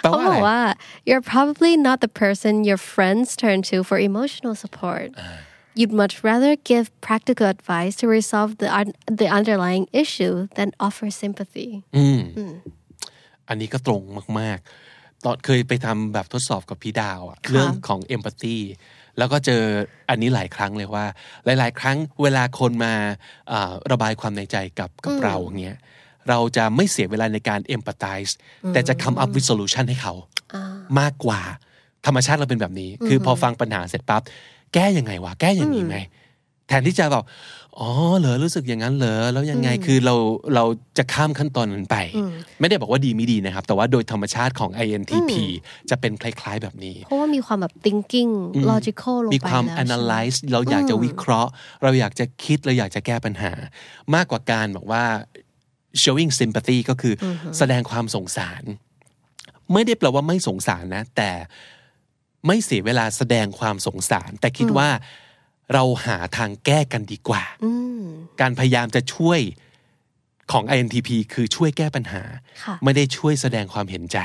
A: แปลว่าอะ
B: เขาบอก
A: ไร
B: ว่า Oh, you're probably not the person your friends turn to for emotional support
A: Uh.
B: you'd much rather give practical advice to resolve the un- the underlying issue than offer sympathy
A: Mm. อันนี้ก็ตรงมาก ๆ ตอนเคยไปทำแบบทดสอบกับพี่ดาวอะเรื่องของ empathy แล้วก็เจออันนี้หลายครั้งเลยว่า หลาย ๆ ครั้งเวลาคนมาเอ่อระบายความในใจกับกับเราเงี้ยเราจะไม่เสียเวลาในการ empathize แต่จะ come up with solution ให้เขามากกว่าธรรมชาติเราเป็นแบบนี้ คือพอฟังปัญหาเสร็จปั๊บแก้ยังไงวะ แก้อย่างนี้ไหม แทนที่จะแบบอ๋อ เหรอ รู้สึกอย่างนั้นเหรอ แล้วยังไง คือเรา เราจะข้ามขั้นตอนนั้นไป ไม่ได้บอกว่าดีไม่ดีนะครับ แต่ว่าโดยธรรมชาติของ INTP จะเป็นคล้ายๆแบบนี้
B: เพราะว่ามีความแบบ thinking logical ลงไป
A: มีความ
B: แล้ว
A: Mm. analyze เราอยากจะวิเคราะห์ เราอยากจะคิด เราอยากจะแก้ปัญหา มากกว่าการบอกว่า showing sympathy ก็คืออแสดงความสงสาร ไม่ได้แปลว่าไม่สงสารนะ แต่ไม่เสียเวลาแสดงความสงสาร แต่คิดว่าเราหาทางแก้กันดีกว่า
B: อืม
A: การพยายามจะช่วยของ INTP คือช่วยแก้ปัญหา
B: ค่ะ
A: ไม่ได้ช่วยแสดงความเห็นใจ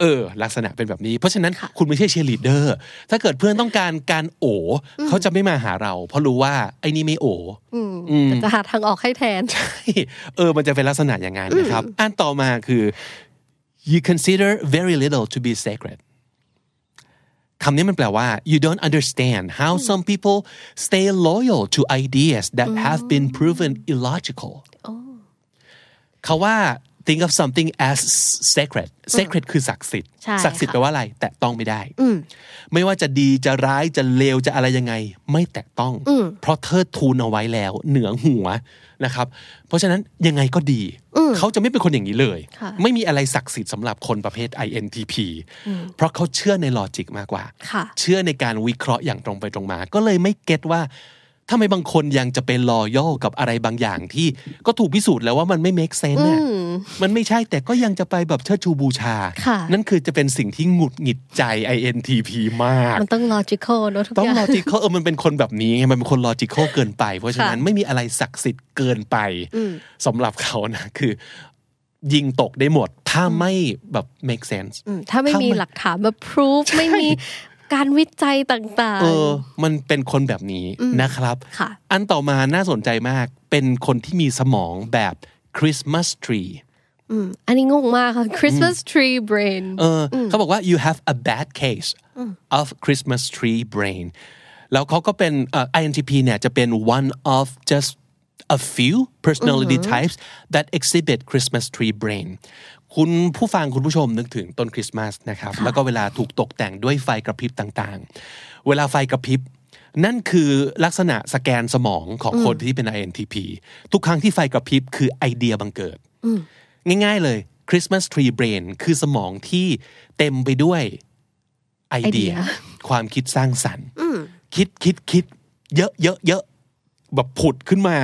A: เออ ลักษณะเป็นแบบนี้ เพราะฉะนั้นคุณไม่ใช่เชียร์ลีดเดอร์ ถ้าเกิดเพื่อนต้องการการโอเขาจะไม่มาหาเรา เพราะรู้ว่าไอ้นี่ไม่โอ
B: อืมแต่จะหาทางออกให้แทน
A: Mm. เออ มันจะเป็นลักษณะอย่างนั้นนะครับ อันต่อมาคือ you consider very little to be sacred คำนี้มันแปลว่า you don't understand how some people stay loyal to ideas that have been proven illogical เขาว่า think of something as sacred sacred คือศักดิ์สิทธิ์
B: ใช่
A: ศักดิ์สิทธิ์
B: ค่ะ
A: แปลว่าอะไร แตะต้องไม่ได้ ไม่ว่าจะดีจะร้ายจะเลวจะอะไรยังไง ไม่แตะต้อง เพราะเทิดทูนเอาไว้แล้ว เหนือหัวนะครับ เพราะฉะนั้นยังไงก็ดี เขาจะไม่เป็นคนอย่างนี้เลย
B: ค่ะ
A: ไม่มีอะไรศักดิ์สิทธิ์สำหรับคนประเภท INTP เพราะเขาเชื่อในลอจิกมากกว่า
B: ค่ะ
A: เชื่อในการวิเคราะห์อย่างตรงไปตรงมา ก็เลยไม่เก็ตว่าทำไมบางคนยังจะเป็นลอยอกับอะไรบางอย่างที่ก็ถูกพิสูจน์แล้วว่ามันไม่ make sense น่ะมันไม่ใช่แต่ก็ยังจะไปแบบเชิดชูบูชา
B: ค่ะ
A: นั่นคือจะเป็นสิ่งที่หงุดหงิดใจ INTP มาก
B: มันต้อง logical เนอะทุก
A: ต้อง
B: อย่าง
A: logical เออมันเป็นคนแบบนี้ไงมันเป็นคน logical เกินไป เพราะฉะนั้น
B: ค่ะ
A: ไม่มีอะไรศักดิ์สิทธิ์เกินไปสำหรับเขานะคือ ยิงตกได้หมด ถ้าไม่แบบ make sense
B: อืมถ้าไม่
A: ถ้ามี
B: มี
A: มัน
B: หลักฐานมา proof ไม่มีการวิจัยต่าง
A: เออ มันเป็นคนแบบนี้นะครับ
B: ค่ะ
A: อันต่อมาน่าสนใจมาก เป็นคนที่มีสมองแบบคริสต์มาสทรี
B: ๆ อันนี้งงมากค่ะ Christmas tree brain
A: เอออเขาบอกว่า you have a bad case of Christmas tree brain แล้วเขาก็เป็นเอ่อ INTP เนี่ยจะเป็น one of just a few personality types that exhibit Christmas tree brain คุณผู้ฟังคุณผู้ชมนึกถึงต้นคริสต์มาสนะครับ แล้วก็เวลาถูกตกแต่งด้วยไฟกระพริบต่างๆ เวลาไฟกระพริบ นั่นคือลักษณะสแกนสมองของคนที่เป็น INTP ทุกครั้งที่ไฟกระพริบคือไอเดียบังเกิด ง่ายๆเลย Christmas tree brain คือสมองที่เต็มไปด้วยไอเดีย
B: ไอเดี
A: ความคิดสร้างสรรค์คิดคิดคิดเยอะเยอะเยอะแบบผุดขึ้นมา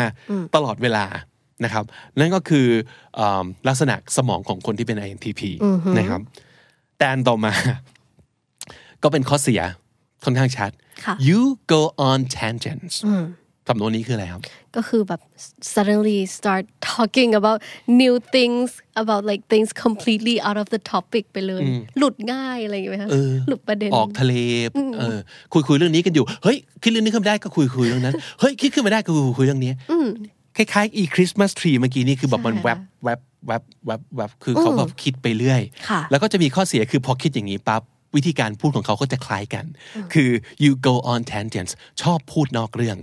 A: ตลอดเวลานะครับ นั่นก็คือเอมลักษณะสมองของคนที่เป็น INTP นะครับ แต่อันต่อมา ก็เป็นข้อเสียค่อนข้างชัด
B: ค่ะ
A: you go on tangents คำนวนนี้คืออะไรครับ
B: ก็คือแบบ suddenly start talking about new things about like things completely out of the topic ไปเลย หลุดง่ายอะไรอย่างเงี้ยไหมคะหลุดประเด็น
A: ออกทะเลเออคุยคุยเรื่องนี้กันอยู่ เฮ้ย คิดเรื่องนี้ขึ้นมาได้ก็คุยคุยเรื่อง นั้น เฮ้ย คิดขึ้นมาได้ก็คุยคุยเรื่องนี้คล้ายๆอีคริสต์มาสทรีเมื่อกี้นี่คือแบบมัน
B: ใช่
A: แวบแวบแวบแวบแวบคือเขาแบบคิดไปเรื่อย
B: ค่ะ
A: แล้วก็จะมีข้อเสียคือพอคิดอย่างนี้ปั๊บ วิธีการพูดของเขาก็จะคล้ายกัน คือ you go on tangents ชอบพูดนอกเรื่อง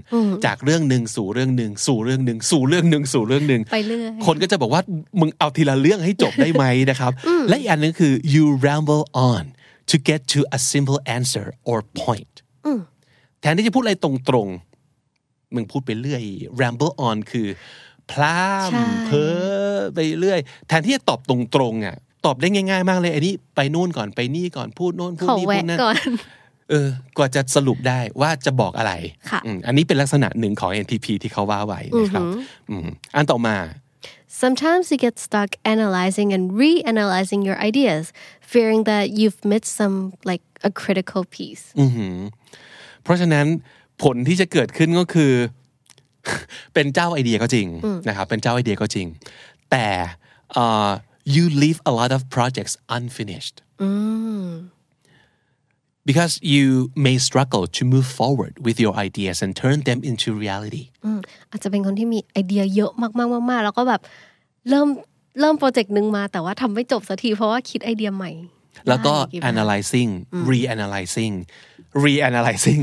A: จากเรื่องหนึ่งสู่เรื่องหนึ่งสู่เรื่องหนึ่งสู่เรื่องหนึ่งสู่เรื่องหนึ่ง
B: ไปเรื่อย
A: คนก็จะบอกว่า มึงเอาทีละเรื่องให้จบได้ไหมนะครับ และอีกอันหนึงคือ you ramble on to get to a simple answer or point แทนที่จะพูดอะไรตรงๆ มึงพูดไปเรื่อย ramble on คือ พลา
B: ใช่
A: มเพ้อไปเรื่อย แทนที่จะตอบตรงๆอ่ะ ตอบได้ง่าย ๆ มากเลยไอ้นี่ไปนู่นก่อนไปนี่ก่อนพูดโน่นพูด
B: ขอ
A: นี่พู
B: แวะ
A: ดนั่น
B: ก่อน
A: เออกว่าจะสรุปได้ว่าจะบอกอะไร
B: ค่ะ
A: อืมอันนี้เป็นลักษณะหนึ่งของ NTP ที่เขาว่าไว้นะครับอืมอันต่อมา
B: Sometimes you get stuck analyzing and reanalyzing your ideas, fearing that you've missed some, like a critical piece.
A: อือหือเพราะฉะนั้นผลที่จะเกิดขึ้นก็คือ เป็นเจ้าไอเดียก็จริงนะครับเป็นเจ้าไอเดียก็จริง แต่เอ่อ you leave a lot of projects unfinished because you may struggle to move forward with your ideas and turn them into reality
B: อาจจะเป็นคนที่มีไอเดียเยอะมากๆๆๆแล้วก็แบบเริ่มเริ่มโปรเจกต์หนึ่งมาแต่ว่าทำไม่จบสักทีเพราะว่าคิดไอเดียใหม่
A: แล้วก็
B: ได้กี่แบบ
A: analyzing reanalyzing reanalyzing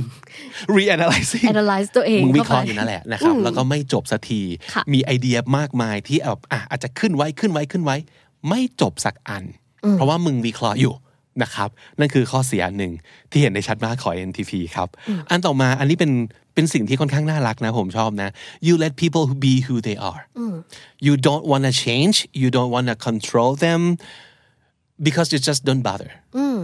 A: reanalyzing
B: analyze ตัวเอง
A: มึงวิเคราะห์อ
B: ข้ไป
A: ยู่นั่นแหละ นะครับ แล้วก็ไม่จบสักที
B: ค่ะ
A: มีไอเดียมากมายที่แบบอ่ะอาจจะขึ้นไว้ขึ้นไว้ขึ้นไว้ ไม่จบสักอัน เพราะว่ามึงวิเคราะห์อยู่นะครับ นั่นคือข้อเสียหนึ่งที่เห็นได้ชัดมากของ NTP ครับ อันต่อมาอันนี้เป็นเป็นสิ่งที่ค่อนข้างน่ารักนะ ผมชอบนะ you let people be who they are you don't wanna change you don't wanna control them because you just don't bother อืม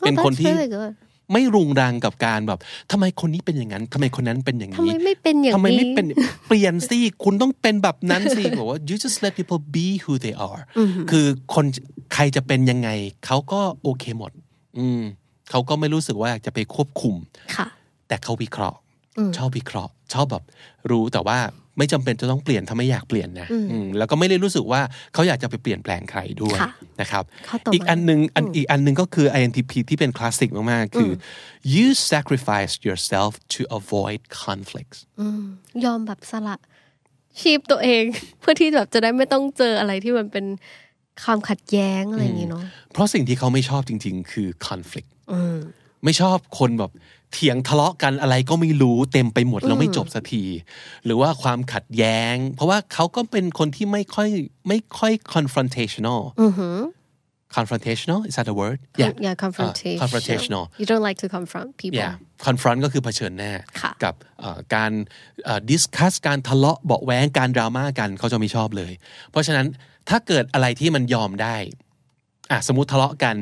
B: Oh,
A: เป็นคน
B: that's
A: ที่
B: really good
A: ไม่รุงรังกับการแบบทำไมคนนี้เป็นอย่างนั้นทำไมคนนั้นเป็นอย่างนี้
B: ทำไมไม่เป็นอย่างนี้
A: ทำไมไม่เป็นเปลี่ยนสิคุณต้องเป็นแบบนั้น สิ บอกว่า you just let people be who they are คือคนใครจะเป็นยังไง เขาก็โอเคหมด อืมเขาก็ไม่รู้สึกว่าอยากจะไปควบคุม
B: ค่ะ
A: แต่เขาวิเคราะห์ ชอบวิเคราะห์ ชอบแบบ รู้แต่ว่าไม่จำเป็นจะต้องเปลี่ยนถ้าไม่อยากเปลี่ยนนะอืมแล้วก็ไม่ได้รู้สึกว่าเขาอยากจะไปเปลี่ยนแปลงใครด้วย
B: ค่ะ
A: นะครับ
B: ข้อต่อมา
A: อีกอันหนึ่งอันอีกอันหนึ่งก็คือ INTP ที่เป็นคลาสสิกมาก ๆ คืออ you sacrifice yourself to avoid conflicts
B: ยอมแบบสละชีพตัวเอง เพื่อที่แบบจะได้ไม่ต้องเจออะไรที่มันเป็นความขัดแย้งอะไรอย่างนี้เนาะ
A: เพราะสิ่งที่เขาไม่ชอบจริง ๆ คือ conflict ไม่ชอบคนแบบเถียงทะเลาะกันอะไรก็ไม่รู้เต็มไปหมดแล้วไม่จบสักที หรือว่าความขัดแย้ง เพราะว่าเขาก็เป็นคนที่ไม่ค่อยไม่ค่อย confrontational confrontational is that a word
B: yeah
A: อ่า
B: confrontation
A: confrontational
B: you don't like to confront people
A: yeah confront ก็คือเผชิญหน้า
B: ค่ะ
A: กับเอ่อการดิสคัสการทะเลาะเบาะแว้งการดราม่ากันเขาจะไม่ชอบเลย เพราะฉะนั้นถ้าเกิดอะไรที่มันยอมได้อ่ะสมมติทะเลาะกัน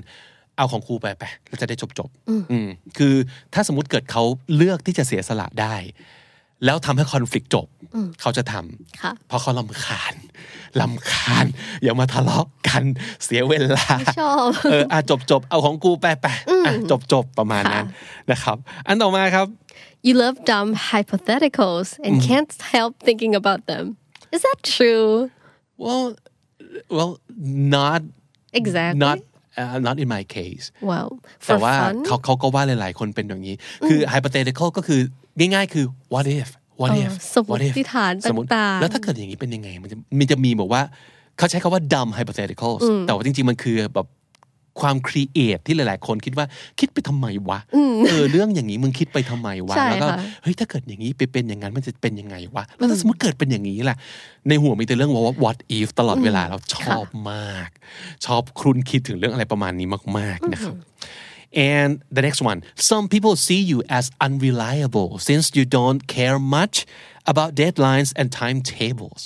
A: เอาของครูไปไปแล้วจะได้จบจบๆอืมคือถ้าสมมติเกิดเขาเลือกที่จะเสียสละได้ แล้วทำให้คอนฟ lict จบ เขาจะทำ
B: ค่ะ
A: เพราะเขาลำคาญลำคาญ อย่ามาทะเลาะกันเสียเวลา
B: ไม่ชอบ
A: เอออ่ะจบจบเอาของกูไปไปอ่ะจบจบประมาณนั้น
B: ค่ะ
A: นะครับ อันต่อมาครับ
B: you love dumb hypotheticals and can't help thinking about them is that true
A: well well not
B: exactly
A: not uh, not in my case
B: wow
A: แต่
B: for
A: ว่า
B: fun
A: เขาเขาก็ว่าหลาย ๆ คนเป็นอย่างนี้ คือ hypothetical ก็คือง่าย ๆ คือ what if what
B: เออ
A: if
B: สมมุ
A: what if
B: ติฐาน
A: สมมุติ
B: ต่างๆ
A: แล้วถ้าเกิดอย่างนี้เป็นยังไง มันจะมันจะมีบอกว่า เขาใช้คาว่า dumb hypothetical แต่ว่าจริง ๆ มันคือแบบความครีเอทที่หลาย ๆ คนคิดว่าคิดไปทำไมวะ เออ เรื่องอย่างนี้มึงคิดไปทำไมวะ
B: ใช่
A: แล้วก็
B: ค่ะ
A: เฮ้ย ถ้าเกิดอย่างนี้ไปเป็นอย่างนั้นมันจะเป็นยังไงวะ แล้วถ้าสมมติเกิดเป็นอย่างนี้ล่ะ ในหัวมีแต่เรื่องว่า what if ตลอดเวลาเราชอบมาก ชอบครุ่นคิดถึงเรื่องอะไรประมาณนี้มาก ๆ นะครับ And the next one, some people see you as unreliable since you don't care much about deadlines and timetables.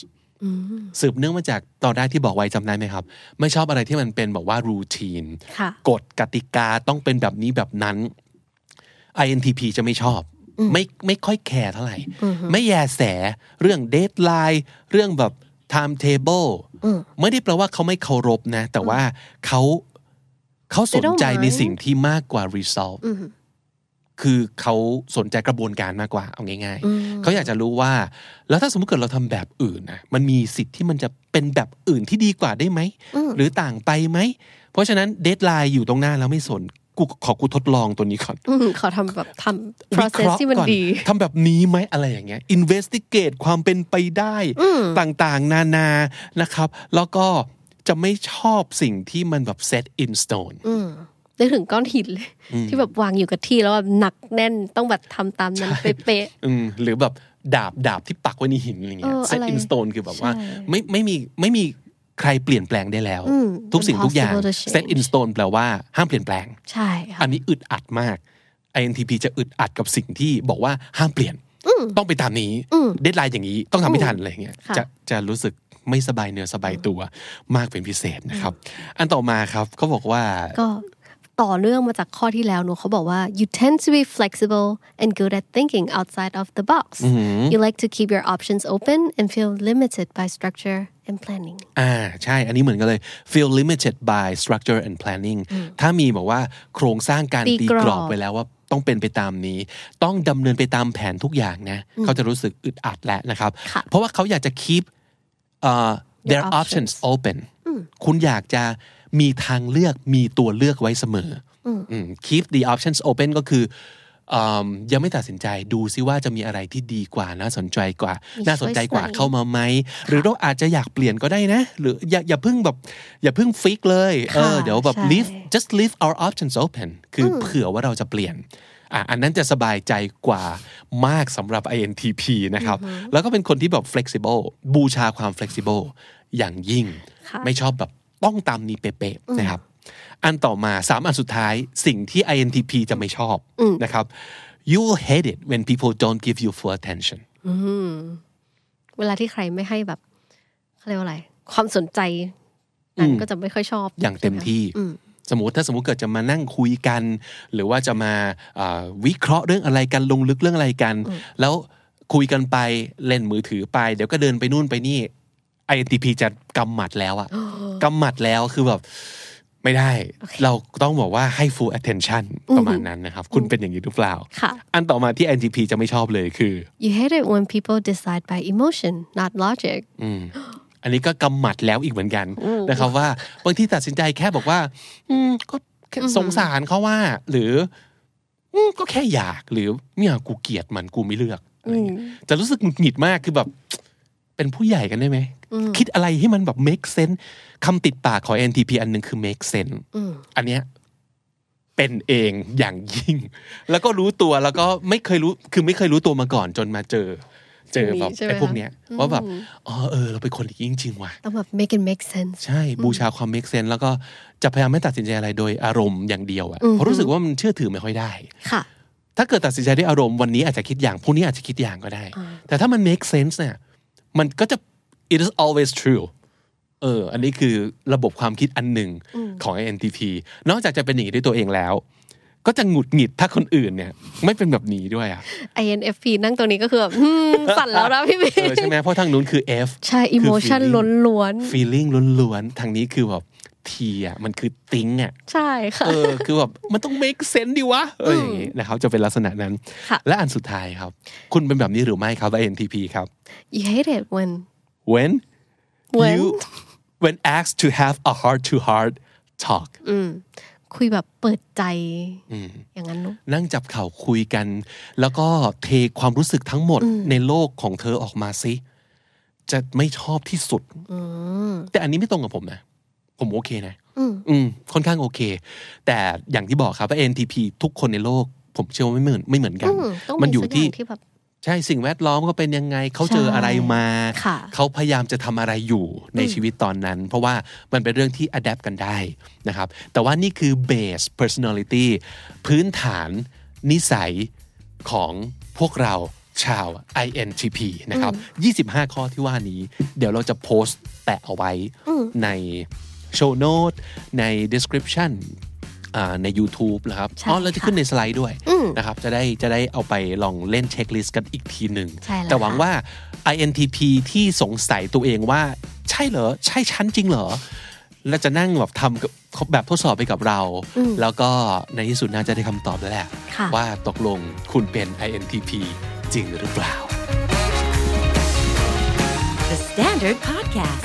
A: สืบเนื่องมาจากตอนแรกที่บอกไว้จำได้ไหมครับ ไม่ชอบอะไรที่มันเป็นแบบว่ารูทีน
B: ค่ะ
A: กฎกติกาต้องเป็นแบบนี้แบบนั้น INTP จะไม่ชอบ ไม่ไม่ค่อยแคร์เท่าไหร่ ไม่แยแสเรื่องเดทไลน์เรื่องแบบ time table ไม่ได้แปลว่าเขาไม่เคารพนะ แต่ว่าเขาเขาสนใจ
B: They don't mind
A: ในสิ่งที่มากกว่า result คือเขาสนใจกระบวนการมากกว่าเอาง่ายๆเขาอยากจะรู้ว่า แล้วถ้าสมมติเกิดเราทำแบบอื่นนะมันมีสิทธิ์ที่มันจะเป็นแบบอื่นที่ดีกว่าได้ไหม หรือต่างไปไหม เพราะฉะนั้นเดทไลน์อยู่ตรงหน้าแล้วไม่สนกูขอกูทดลองตัวนี้ก่อน
B: อืมขอทำแบบทำ
A: วิ
B: process
A: เคราะห์
B: ที่มัน
A: ก่อ
B: ดี
A: ทำแบบนี้ไหมอะไรอย่างเงี้ย investigate ความเป็นไปได้ต่างๆ นานานะครับ แล้วก็จะไม่ชอบสิ่งที่มันแบบ set in stone
B: นึกถึงก้อนหินเลยที่แบบวางอยู่กับที่แล้วแบบหนักแน่นต้องแบบทำตามนั้นเป๊ะ
A: อืมหรือแบบดาบดาบที่ปักไว้ในหินอะไรเงี้ย
B: เออ
A: set
B: อะไร
A: in stone คือแบบว่า
B: ใช่
A: ไม่ไม่มีไม่มีใครเปลี่ยนแปลงได้แล้ว
B: อืม
A: ทุกสิ่งทุกอย่าง
B: impossible to change
A: set in stone แปลว่าห้ามเปลี่ยนแปลง
B: ๆ ใช่ค่ะ
A: อันนี้อึดอัดมาก INTP จะอึดอัดกับสิ่งที่บอกว่าห้ามเปลี่ยน ต้องไปตามนี้ เดทไลน์อย่างนี้ต้องทำให้ทันอะไรอย่างเงี้ย
B: ค่ะ
A: จะจะรู้สึก ไม่สบายเนื้อสบายตัวมากเป็นพิเศษนะครับ อันต่อมาครับเขาบอกว่า
B: ก็ต่อเนื่องมาจากข้อที่แล้วเนอะเขาบอกว่า you tend to be flexible and good at thinking outside of the box you like to keep your options open and feel limited by structure and planning
A: อ่าใช่ อันนี้เหมือนกันเลย feel limited by structure and planning ถ้ามีบอกว่าโครงสร้างการ
B: ตี
A: ตี
B: กรอบ
A: กรอบไปแล้วว่าต้องเป็นไปตามนี้ ต้องดำเนินไปตามแผนทุกอย่างนะ เขาจะรู้สึกอึดอัดแล้วนะครับ เพราะว่าเขาอยากจะ keep เอ่อ their
B: Your options
A: options open คุณอยากจะมีทางเลือกมีตัวเลือกไว้เสมออม keep the options open ก็คืออืมยังไม่ตัดสินใจดูซิว่าจะมีอะไรที่ดีกว่าน่าสนใจกว่า น่าสนใจกว่า
B: choice ไหน
A: เข้ามาไหม หรือเราอาจจะอยากเปลี่ยนก็ได้นะ หรืออย่าอย่าเพิ่งแบบ อย่าเพิ่งฟิกเลยเออ
B: ค่ะ
A: เดี๋ยวแบบ
B: ใช่
A: leave just leave our options open คืออเผื่อว่าเราจะเปลี่ยนอ่ะอันนั้นจะสบายใจกว่ามากสำหรับ INTP นะครับ แล้วก็เป็นคนที่แบบ flexible บูชาความ flexible อย่างยิ่ง
B: ค่ะ
A: ไม่ชอบแบบต้องตามนี้เป๊ะๆนะครับ อันต่อมาสามอันสุดท้ายสิ่งที่ INTP จะไม่ชอบนะครับ you will hate it when people don't give you full attention
B: เวลาที่ใครไม่ให้แบบเขาเรียกว่าอะไร ความสนใจนั้นก็จะไม่ค่อยชอบ
A: อย่างเต็มที่ สมมติถ้าสมมติเกิดจะมานั่งคุยกัน หรือว่าจะมาเอ่อวิเคราะห์เรื่องอะไรกันลงลึกเรื่องอะไรกัน แล้วคุยกันไปเล่นมือถือไป เดี๋ยวก็เดินไปนู่นไปนี่ INTP จะกำหมัดแล้วอะกำหมัดแล้วคือแบบ ไม่ได้ เราต้องบอกว่าให้ full attention ประมาณนั้นนะครับ คุณเป็นอย่างนี้หรือเปล่า
B: ค่ะ
A: อันต่อมาที่ INTP จะไม่ชอบเลยคือ
B: you hate it when people decide by emotion not logic
A: อันนี้ก็กำหมัดแล้วอีกเหมือนกันนะครับว่าบางทีตัดสินใจแค่บอกว่า อืมก็แค่สงสารเขาว่า หรืออืมก็แค่อยากหรือเนี่ยกูเกลียดมันกูไม่เลือกอะไรเงี้ยจะรู้สึกหงุดหงิดมากคือแบบ เป็นผู้ใหญ่กันได้ไหม คิดอะไรให้มันแบบ make sense คำติดปากของ NTP อันหนึ่งคือ make sense อันเนี้ยเป็นเองอย่างยิ่ง แล้วก็รู้ตัวแล้วก็ไม่เคยรู้คือไม่เคยรู้ตัวมาก่อนจนมาเจอ เจอแบบ
B: ใช่ไหม
A: ไอ้พวก
B: คะ
A: เนี้ยว่าแบบอ๋อเออ เราเป็นคนอย่างนี้จริงๆว่ะ
B: ต้องแบบ make it make sense
A: ใช่บูชาความ make sense แล้วก็จะพยายามไม่ตัดสินใจอะไรโดยอารมณ์อย่างเดียวอะเพราะรู้สึกว่ามันเชื่อถือไม่ค่อยได้
B: ค่ะ
A: ถ้าเกิดตัดสินใจด้วยอารมณ์วันนี้อาจจะคิดอย่างพรุ่งนี้อาจจะคิดอย่างก็ได้ แต่ถ้ามัน make sense เนี่ยมันก็จะ it is always true เออ อันนี้คือระบบความคิดอันหนึ่งของ INTP นอกจากจะเป็นอย่างนี้ด้วยตัวเองแล้ว ก็จะหงุดหงิดถ้าคนอื่นเนี่ย ไม่เป็นแบบนี้ด้วยอ่ะ
B: INFP นั่งตัวนี้ก็คือแบบ อืมสั่นแล้วนะพี่บี
A: เออใช่ไหมเพราะทางนู้นคือ F
B: ใช่ emotion
A: คือ feeling
B: ล้วน
A: feeling ล้วนๆทางนี้คือแบบทีอ่ะมันคือติ้งอ่ะ
B: ๆ ใช่ค่ะ
A: เออคือแบบมันต้อง make sense ดิวะเอออย่างงี้นะครับจะเป็นลักษณะนั้น
B: ค่ะ
A: และอันสุดท้ายครับ คุณเป็นแบบนี้หรือไม่ครับ INTP ครับ
B: you hate it when
A: when
B: When?
A: you when asked to have a heart to heart talk
B: คุยแบบเปิดใจอย่างนั้นเนอะ
A: นั่งจับเข่าคุยกัน แล้วก็เทความรู้สึกทั้งหมดในโลกของเธอออกมาซิ จะไม่ชอบที่สุด แต่อันนี้ไม่ตรงกับผมนะ ผมโอเคนะ อืมค่อนข้างโอเค แต่อย่างที่บอกครับว่า NTP ทุกคนในโลก ผมเชื่อว่าไม่เหมือนไม่เหมือนกัน
B: อืมต้องมี
A: มันอยู่
B: สักอย่าง
A: ที่
B: ที่แบบ
A: ใช่สิ่งแวดล้อมเขาเป็นยังไง เขาเจออะไรมา
B: ค่ะ
A: เขาพยายามจะทำอะไรอยู่ในชีวิตตอนนั้น เพราะว่ามันเป็นเรื่องที่อัดแอปกันได้นะครับ แต่ว่านี่คือ base personality พื้นฐานนิสัยของพวกเราชาว INTP นะครับ 25 ข้อที่ว่านี้ เดี๋ยวเราจะโพสต์แปะเอาไว้ในโชว์โน้ตใน description อ่าใน YouTube นะครับ
B: ใช่
A: อ๋อเราจะ
B: ค่ะ
A: ขึ้นในสไลด์ด้วยนะครับ จะได้จะได้เอาไปลองเล่นเช็คลิสต์กันอีกทีหนึ่ง
B: ใช่แล้ว
A: แต่หวัง
B: ค่ะ
A: ว่า ว่า INTP ที่สงสัยตัวเองว่าใช่เหรอ ใช่ฉันจริงเหรอ แล้วจะนั่งแบบทำกับแบบทดสอบไปกับเรา แล้วก็ในที่สุดน่าจะได้คำตอบแล้วแหละ
B: ค่ะ
A: ว่าตกลงคุณเป็น INTP จริงหรือเปล่า
C: The Standard Podcast,